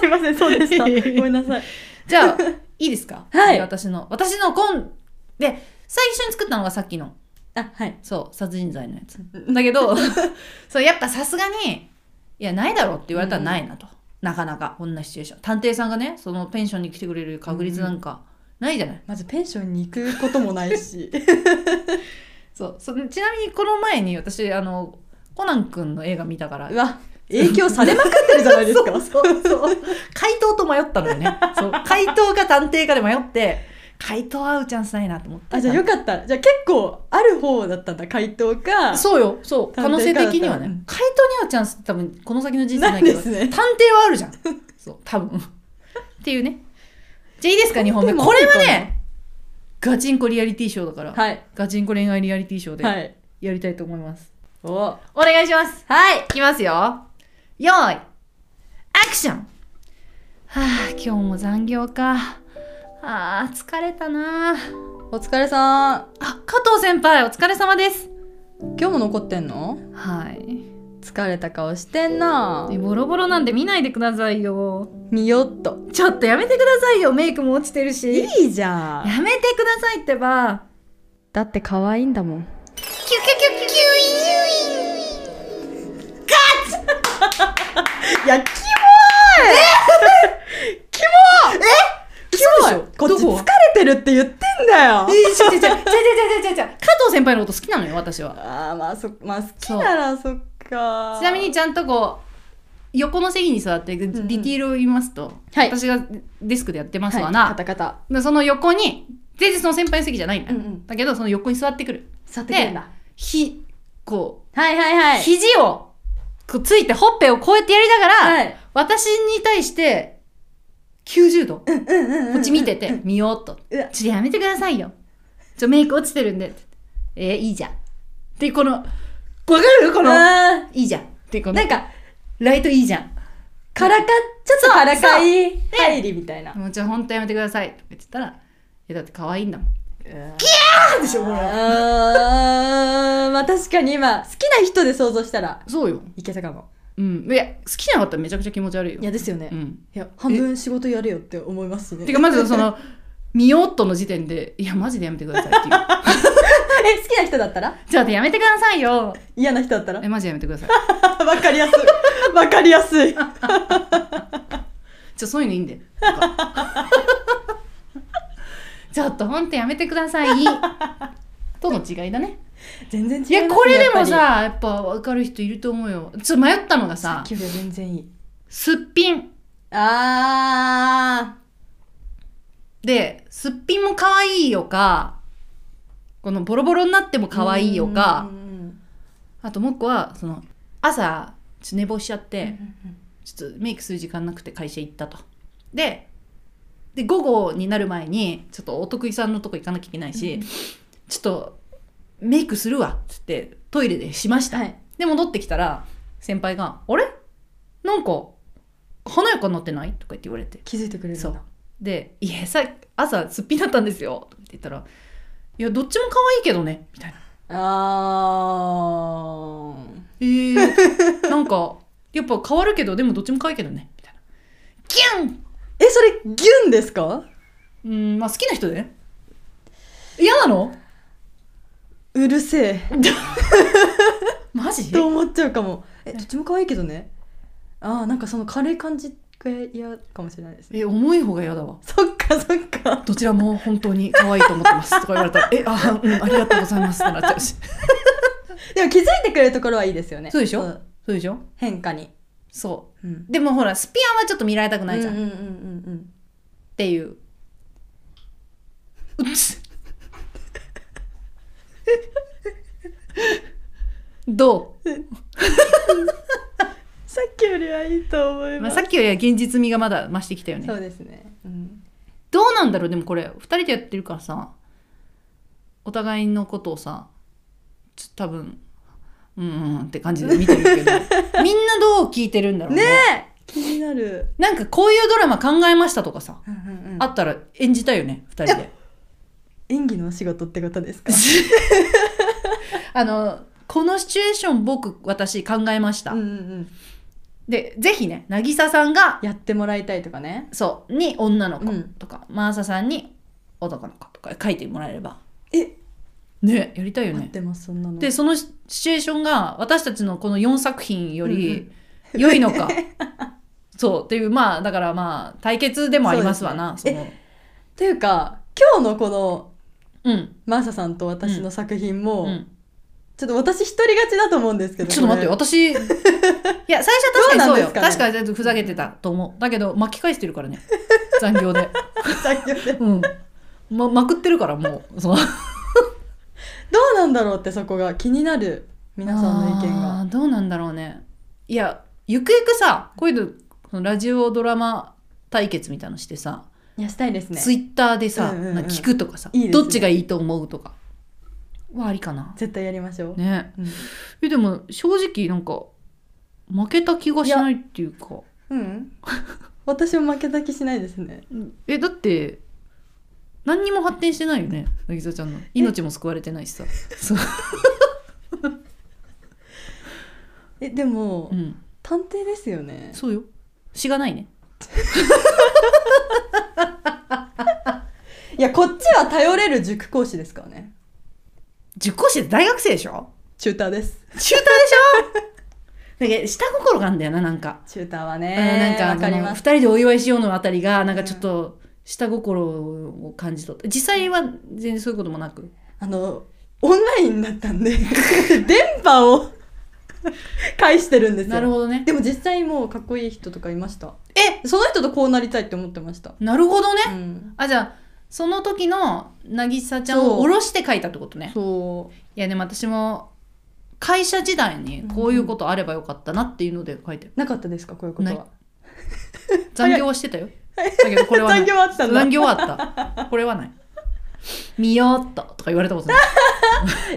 [SPEAKER 2] すいませんそうで したごめんなさい
[SPEAKER 1] じゃあいいです か
[SPEAKER 2] はい
[SPEAKER 1] 次私の私の今で最初に作ったのがさっきの
[SPEAKER 2] あはい
[SPEAKER 1] そう殺人罪のやつだけど そうやっぱさすがに「いやないだろ」って言われたらないなと、なかなかこんなシチュエーション探偵さんがねそのペンションに来てくれる確率なんかないじゃない、
[SPEAKER 2] まずペンションに行くこともないし
[SPEAKER 1] そうそちなみにこの前に私あのコナン君の映画見たから
[SPEAKER 2] うわ影響されまくってるじゃないです か
[SPEAKER 1] そうそう回答と迷ったのよねそう回答か探偵かで迷って回答合うチャンスないなと思って
[SPEAKER 2] あじゃあよかったじゃあ結構ある方だったんだ回答 か
[SPEAKER 1] そうよそう可
[SPEAKER 2] 探偵
[SPEAKER 1] 能性的に
[SPEAKER 2] かだったら
[SPEAKER 1] は
[SPEAKER 2] う
[SPEAKER 1] ね
[SPEAKER 2] ん
[SPEAKER 1] 回答に合うチャンスって多分この先の人生
[SPEAKER 2] な
[SPEAKER 1] ないいけ
[SPEAKER 2] で
[SPEAKER 1] ど
[SPEAKER 2] すね
[SPEAKER 1] 探偵はあるじゃん。そう、多分。っていうね。じゃあいいですか、2本目。
[SPEAKER 2] でも
[SPEAKER 1] これはね、ガチンコリアリティショーだから、
[SPEAKER 2] はい
[SPEAKER 1] ガチンコ恋愛リアリティショー
[SPEAKER 2] は
[SPEAKER 1] で
[SPEAKER 2] い
[SPEAKER 1] やりたいと思います。
[SPEAKER 2] お
[SPEAKER 1] お願いします。はい。いきますよ。よーい。アクションはあ、今日も残業か。ああ、疲れたなあ。
[SPEAKER 2] お疲れさん
[SPEAKER 1] あ、加藤先輩、お疲れ様です。
[SPEAKER 2] 今日も残ってんの
[SPEAKER 1] はい。
[SPEAKER 2] 疲れた顔してんな
[SPEAKER 1] でボロボロなんで見ないでくださいよ。
[SPEAKER 2] 見よっと
[SPEAKER 1] ちょっとやめてくださいよ、メイクも落ちてるし。
[SPEAKER 2] いいじゃん
[SPEAKER 1] やめてくださいってば。
[SPEAKER 2] だって可愛いんだもん
[SPEAKER 3] キュキュキュキュキュイーン
[SPEAKER 2] いやキモい キモえ
[SPEAKER 1] キモい
[SPEAKER 2] こっち
[SPEAKER 1] どこ
[SPEAKER 2] 疲れてるって言ってんだよ
[SPEAKER 1] え、違う違う違う違う違う違う違う。加藤先輩のこと好きなのよ、私は。
[SPEAKER 2] あーまあそまあ好きならそっか
[SPEAKER 1] ちなみにちゃんとこう、横の席に座って、デ
[SPEAKER 2] ん
[SPEAKER 1] ィティールを言いますと、
[SPEAKER 2] はい
[SPEAKER 1] 私がデスクでやってますわ
[SPEAKER 2] はい、カ
[SPEAKER 1] な。
[SPEAKER 2] タカタ
[SPEAKER 1] でその横に、全然その先輩の席じゃないんだよ。
[SPEAKER 2] うんうん
[SPEAKER 1] だけど、その横に座ってくる。
[SPEAKER 2] 座ってくるんだ
[SPEAKER 1] ひ、こ、
[SPEAKER 2] はいはいうは
[SPEAKER 1] 肘を、こうついて、ほっぺをこうやってやりながら、
[SPEAKER 2] はい
[SPEAKER 1] 私に対して、90度、こ
[SPEAKER 2] うんうんうん
[SPEAKER 1] っち見てて、見ようっと。
[SPEAKER 2] うわ
[SPEAKER 1] ちょっとやめてくださいよ。ちょ、メイク落ちてるんで。えーいいじゃん。っていうこの、わかるこの、
[SPEAKER 2] あ
[SPEAKER 1] いいじゃん。っていうこ
[SPEAKER 2] ー
[SPEAKER 1] の
[SPEAKER 2] な、んか
[SPEAKER 1] ライトいいじゃん。
[SPEAKER 2] からかちょっとからか
[SPEAKER 1] そう
[SPEAKER 2] い入りみたいな
[SPEAKER 1] もうちょ、ほんとやめてください。とか言ってたら、え、だって可愛いんだもん。
[SPEAKER 2] キャ
[SPEAKER 1] なんでしょ、これ。
[SPEAKER 2] あーまあ確かに今好きな人で想像したら
[SPEAKER 1] そうよ。
[SPEAKER 2] いけたかも
[SPEAKER 1] うん。いや、好きじゃなかったらめちゃくちゃ気持ち悪いよ。
[SPEAKER 2] いやですよね、
[SPEAKER 1] う
[SPEAKER 2] い
[SPEAKER 1] ん。
[SPEAKER 2] や半分仕事やれよって思いますしね
[SPEAKER 1] てか、まずその、見よっとの時点で、いや、マジでやめてくださいって い う。
[SPEAKER 2] え好きな人だったら
[SPEAKER 1] ちょっとやめてくださいよ。
[SPEAKER 2] 嫌な人だったら
[SPEAKER 1] え、
[SPEAKER 2] わ
[SPEAKER 1] マジやめてください。
[SPEAKER 2] かりやすいわかりやすい
[SPEAKER 1] ちょ、そういうのいいんで。なんかちょっとほんとやめてください。との違いだね。
[SPEAKER 2] 全然違います
[SPEAKER 1] い
[SPEAKER 2] ね
[SPEAKER 1] や、これでも
[SPEAKER 2] やっ
[SPEAKER 1] さ、やっぱ分かる人いると思うよ。ちょっと迷ったのが
[SPEAKER 2] ぱ
[SPEAKER 1] さ
[SPEAKER 2] り、給料全然いい
[SPEAKER 1] すっぴん。
[SPEAKER 2] あ
[SPEAKER 1] で、すっぴんも可愛いよか、このボロボロになっても
[SPEAKER 2] ー
[SPEAKER 1] 可愛いよか
[SPEAKER 2] う、んうん
[SPEAKER 1] あともう一個は、その、朝、ちょっと寝坊しちゃっ
[SPEAKER 2] うんう
[SPEAKER 1] て、
[SPEAKER 2] ん
[SPEAKER 1] ちょっとメイクする時間なくて会社行ったと。で、で、午後になる前に、ちょっとお得意さんのとこ行かなきゃいけないし、ちょっと、メイクするわ、つって、トイレでしました。
[SPEAKER 2] はい
[SPEAKER 1] で戻ってきたら先輩が「あれなんか華やかになってない?」とか言って言われて
[SPEAKER 2] 気づいてくれるんだ
[SPEAKER 1] そうで「いやさ朝すっぴんだったんですよ」とかって言ったら「いやどっちも可愛いけどね」みたいな
[SPEAKER 2] あー
[SPEAKER 1] 「えー、なんかやっぱ変わるけどでもどっちも可愛いけどね」みたいな「ギュン!
[SPEAKER 2] えそれギュンですか」
[SPEAKER 1] うんまあ好きな人でね嫌なの
[SPEAKER 2] うるせえ
[SPEAKER 1] マジ
[SPEAKER 2] と思っちゃうかもえどっちも可愛いけどねああなんかその軽い感じこれ嫌かもしれないですね
[SPEAKER 1] え重い方が嫌だわ
[SPEAKER 2] そっかそっか
[SPEAKER 1] どちらも本当に可愛いと思ってますとか言われたらえあうんありがとうございますってなっちゃうし
[SPEAKER 2] でも気づいてくれるところはいいですよね
[SPEAKER 1] そうでしょそうでしょ
[SPEAKER 2] 変化に
[SPEAKER 1] そ
[SPEAKER 2] うん
[SPEAKER 1] うでもほらスピアンはちょっと見られたくないじゃん、
[SPEAKER 2] う
[SPEAKER 1] っ
[SPEAKER 2] んうんうんうん
[SPEAKER 1] ていううっつど、
[SPEAKER 2] さっきよりはいいと思いう
[SPEAKER 1] まあ、さっきよりは現実味がまだ増してきたよね
[SPEAKER 2] そうですね、うん、
[SPEAKER 1] どうなんだろうでもこれ2人でやってるからさお互いのことをさちょ多分うんうんって感じで見てるけど みんなどう聞いてるんだろうね
[SPEAKER 2] ねえ気になる、
[SPEAKER 1] なんかこういうドラマ考えましたとかさ
[SPEAKER 2] うんうんうん
[SPEAKER 1] あったら演じたいよね2人で
[SPEAKER 2] 演技のお仕事ってことですか
[SPEAKER 1] あのこのシチュエーション僕私考えました、
[SPEAKER 2] うんうんうん
[SPEAKER 1] でぜひね渚さんが
[SPEAKER 2] やってもらいたいとかね
[SPEAKER 1] そうに女の子
[SPEAKER 2] うん
[SPEAKER 1] とか、マーサさんに男の子とか書いてもらえれば
[SPEAKER 2] え
[SPEAKER 1] ねやりたいよ
[SPEAKER 2] 合
[SPEAKER 1] ね
[SPEAKER 2] ってますそんなの
[SPEAKER 1] でそのシチュエーションが私たちのこの4作品よ
[SPEAKER 2] う
[SPEAKER 1] り良いのか、 そうっていうまあだからまあ対決でもありますわな
[SPEAKER 2] そ
[SPEAKER 1] そう
[SPEAKER 2] ですというか今日のこの
[SPEAKER 1] のうん
[SPEAKER 2] マーサさんと私の作品も、
[SPEAKER 1] うん
[SPEAKER 2] ちょっと私一人勝ちだと思うんですけど
[SPEAKER 1] ちょっと待ってよ
[SPEAKER 2] こ
[SPEAKER 1] 私いや最初は確かにそう
[SPEAKER 2] どう
[SPEAKER 1] よ
[SPEAKER 2] なんです
[SPEAKER 1] 確
[SPEAKER 2] か
[SPEAKER 1] かにふざけてたと思うだけど巻き返して るからね残業で
[SPEAKER 2] れ 作業でど
[SPEAKER 1] うんままくってるからもうその
[SPEAKER 2] うなんだろうってそこが気になる皆さんの意見
[SPEAKER 1] あ
[SPEAKER 2] が
[SPEAKER 1] ーどうなんだろうねいやゆくゆくさこういうのこのラジオドラマ対決みたいのしてさ、
[SPEAKER 2] いやしたいですね
[SPEAKER 1] ツイッターでさ、
[SPEAKER 2] うんうんうん
[SPEAKER 1] なんか聞くとかさ
[SPEAKER 2] いいですね
[SPEAKER 1] どっちがいいと思うとかはありかな。
[SPEAKER 2] 絶対やりましょう、
[SPEAKER 1] ね、
[SPEAKER 2] うん
[SPEAKER 1] えでも正直なんか負けた気がしないっていうか
[SPEAKER 2] うん。私も負けた気しないですね。
[SPEAKER 1] えだって何にも発展してないよね渚ちゃんの命も救われてないしさそう、
[SPEAKER 2] え、でも、
[SPEAKER 1] うん、
[SPEAKER 2] 探偵ですよね。
[SPEAKER 1] そうよしがないね
[SPEAKER 2] いや、こっちは頼れる塾講師ですからね。
[SPEAKER 1] 塾講師って大学生でしょ
[SPEAKER 2] チューターです。
[SPEAKER 1] 中退でしょなんか下心があんだよななんか
[SPEAKER 2] チューターは
[SPEAKER 1] うん
[SPEAKER 2] ね、
[SPEAKER 1] な
[SPEAKER 2] わ
[SPEAKER 1] ん
[SPEAKER 2] か
[SPEAKER 1] か
[SPEAKER 2] り
[SPEAKER 1] こ
[SPEAKER 2] ま
[SPEAKER 1] の
[SPEAKER 2] す。
[SPEAKER 1] 二人でお祝いしようのあたりがなんかちょっと下心を感じ取って実際は全然そういうこともなく
[SPEAKER 2] あの、オンラインだったんで、 電波を 返してるんですよ。
[SPEAKER 1] なるほどね
[SPEAKER 2] でも実際もうかっこいい人とかいました。
[SPEAKER 1] え
[SPEAKER 2] その人とこうなりたいって思ってました。
[SPEAKER 1] なるほどね、
[SPEAKER 2] うん。
[SPEAKER 1] あじゃあその時の渚ちゃん
[SPEAKER 2] そう
[SPEAKER 1] を下ろして書いたってことね
[SPEAKER 2] そ
[SPEAKER 1] いやでも私も会社時代にこういうことあればよかったなっていうので書いてる、
[SPEAKER 2] う。なかったですかこういうことは。
[SPEAKER 1] 残業はしてたよだけどこれはない
[SPEAKER 2] 残業あったんだ
[SPEAKER 1] 残。業はあったこれはない見よっととか言われたことない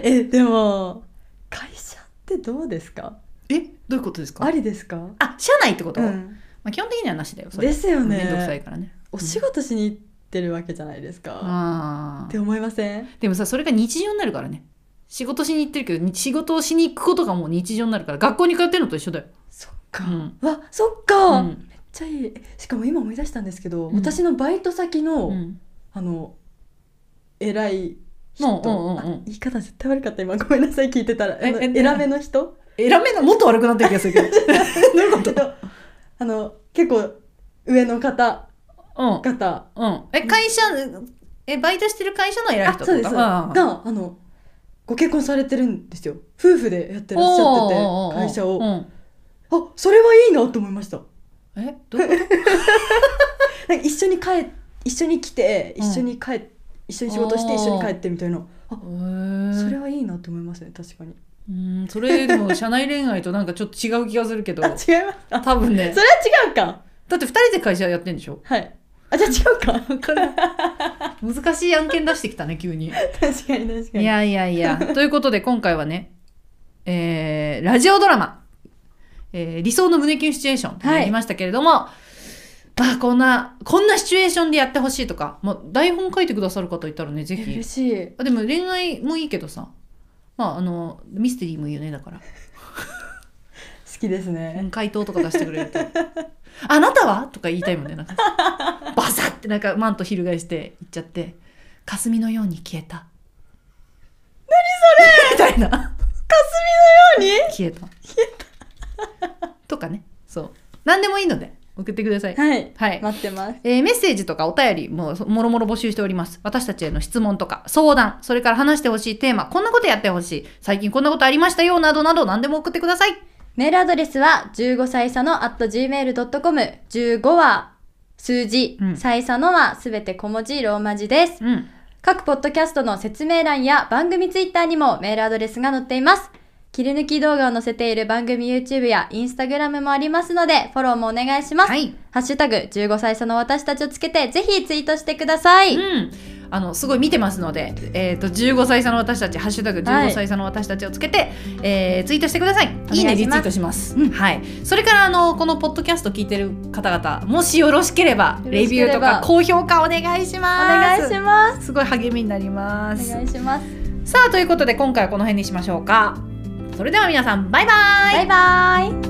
[SPEAKER 2] え、でも、会社ってどうですか
[SPEAKER 1] えどういうことです
[SPEAKER 2] ありですか
[SPEAKER 1] あ社内ってこと、
[SPEAKER 2] うん。
[SPEAKER 1] まあ、基本的にはなしだよそれ
[SPEAKER 2] ですよね
[SPEAKER 1] めんどくさいからね
[SPEAKER 2] お仕事しに行ってるわけじゃないですか、
[SPEAKER 1] あ
[SPEAKER 2] っ
[SPEAKER 1] ー
[SPEAKER 2] て思いません
[SPEAKER 1] でもさそれが日常になるからね仕事しに行ってるけどに仕事をしに行くことがもう日常になるから学校に通ってるのと一緒だよ、
[SPEAKER 2] そっか
[SPEAKER 1] うん
[SPEAKER 2] わそっか、
[SPEAKER 1] う
[SPEAKER 2] めっ
[SPEAKER 1] ん
[SPEAKER 2] ちゃいいしかも今思い出したんですけど、
[SPEAKER 1] うん
[SPEAKER 2] 私のバイト先の、
[SPEAKER 1] うん
[SPEAKER 2] あの偉い人、
[SPEAKER 1] うんうんうんうん
[SPEAKER 2] あ言い方絶対悪かった今ごめんなさい聞いてたらあ
[SPEAKER 1] え
[SPEAKER 2] の
[SPEAKER 1] え
[SPEAKER 2] 偉めの人
[SPEAKER 1] 選べなもっと悪くなってる気がするけどどうい うこと
[SPEAKER 2] けどあの結構上の方
[SPEAKER 1] うん
[SPEAKER 2] 方
[SPEAKER 1] うんえ会社えバイトしてる会社の偉い
[SPEAKER 2] あ
[SPEAKER 1] 人
[SPEAKER 2] そうです
[SPEAKER 1] あ
[SPEAKER 2] があのご結婚されてるんですよ夫婦でやってらっしゃってて会社を、あそれはいいなと思いました
[SPEAKER 1] え どういうこ
[SPEAKER 2] なんか一緒に帰一緒に来て
[SPEAKER 1] うん
[SPEAKER 2] 一緒に帰、一緒に仕事して
[SPEAKER 1] あー
[SPEAKER 2] 一緒に帰ってみたいなあ
[SPEAKER 1] とへー
[SPEAKER 2] それはいいなと思いますね確かに
[SPEAKER 1] うんそれでも社内恋愛となんかちょっと違う気がするけど
[SPEAKER 2] あ違いますあ
[SPEAKER 1] 多分ね
[SPEAKER 2] それは違うか
[SPEAKER 1] だって2人で会社やってんでしょ
[SPEAKER 2] はいあじゃあ違うか
[SPEAKER 1] 難しい案件出してきたね急に。
[SPEAKER 2] 確かに確かに
[SPEAKER 1] いやいやいや。ということで今回はね、えーラジオドラマ、えー理想の胸キュンシチュエーションとなりましたけれども、まあこんな、こんなシチュエーションでやってほしいとか、まあ台本書いてくださる方いたらね、ぜひ
[SPEAKER 2] 嬉。しい
[SPEAKER 1] あでも恋愛もいいけどさ、まああの、ミステリーもいいよね、だから。
[SPEAKER 2] 好きです
[SPEAKER 1] う
[SPEAKER 2] ね
[SPEAKER 1] ん回答とか出してくれると 「あなたは?」とか言いたいもんねなん かバサってなんかマント翻して言っちゃって「霞のように消えた」何それ みたいな
[SPEAKER 2] 何
[SPEAKER 1] 消えた消えたとかねそう何でもいいので送ってください。
[SPEAKER 2] はい。
[SPEAKER 1] はい。
[SPEAKER 2] 待ってます。
[SPEAKER 1] えーメッセージとかお便りももろもろ募集しております。私たちへの質問とか相談、それから話してほしいテーマ、こんなことやってほしい、最近こんなことありましたよなどなど何でも送ってください。
[SPEAKER 2] メールアドレスは15歳差の at gmail.com。15は数字、
[SPEAKER 1] うん
[SPEAKER 2] 歳差のはすべて小文字、ローマ字です。
[SPEAKER 1] うん。
[SPEAKER 2] 各ポッドキャストの説明欄や番組ツイッターにもメールアドレスが載っています。切り抜き動画を載せている番組 YouTube や Instagram もありますので、フォローもお願いします。
[SPEAKER 1] はい。
[SPEAKER 2] ハッシュタグ15歳差の私たちをつけて、ぜひツイートしてください。
[SPEAKER 1] うん。あの、すごい見てますので、えっ、と、15歳差の私たち、ハッシュタグ
[SPEAKER 2] はい
[SPEAKER 1] 15歳差の私たちをつけて、えーツイートしてください。いいね、
[SPEAKER 2] お願いし
[SPEAKER 1] リ
[SPEAKER 2] ます
[SPEAKER 1] ツイートします。はい。それから、あの、このポッドキャスト聞いてる方々、もしよろしければ、
[SPEAKER 2] よろし
[SPEAKER 1] レ
[SPEAKER 2] け
[SPEAKER 1] ビュー
[SPEAKER 2] れば
[SPEAKER 1] とか高評価お願いし
[SPEAKER 2] お
[SPEAKER 1] ます。
[SPEAKER 2] 願いします。
[SPEAKER 1] す。すごい励みになります
[SPEAKER 2] お。願いします。
[SPEAKER 1] さあということで今回はこの辺にしましょうかそれでは皆さんバイバイ
[SPEAKER 2] バイバイ。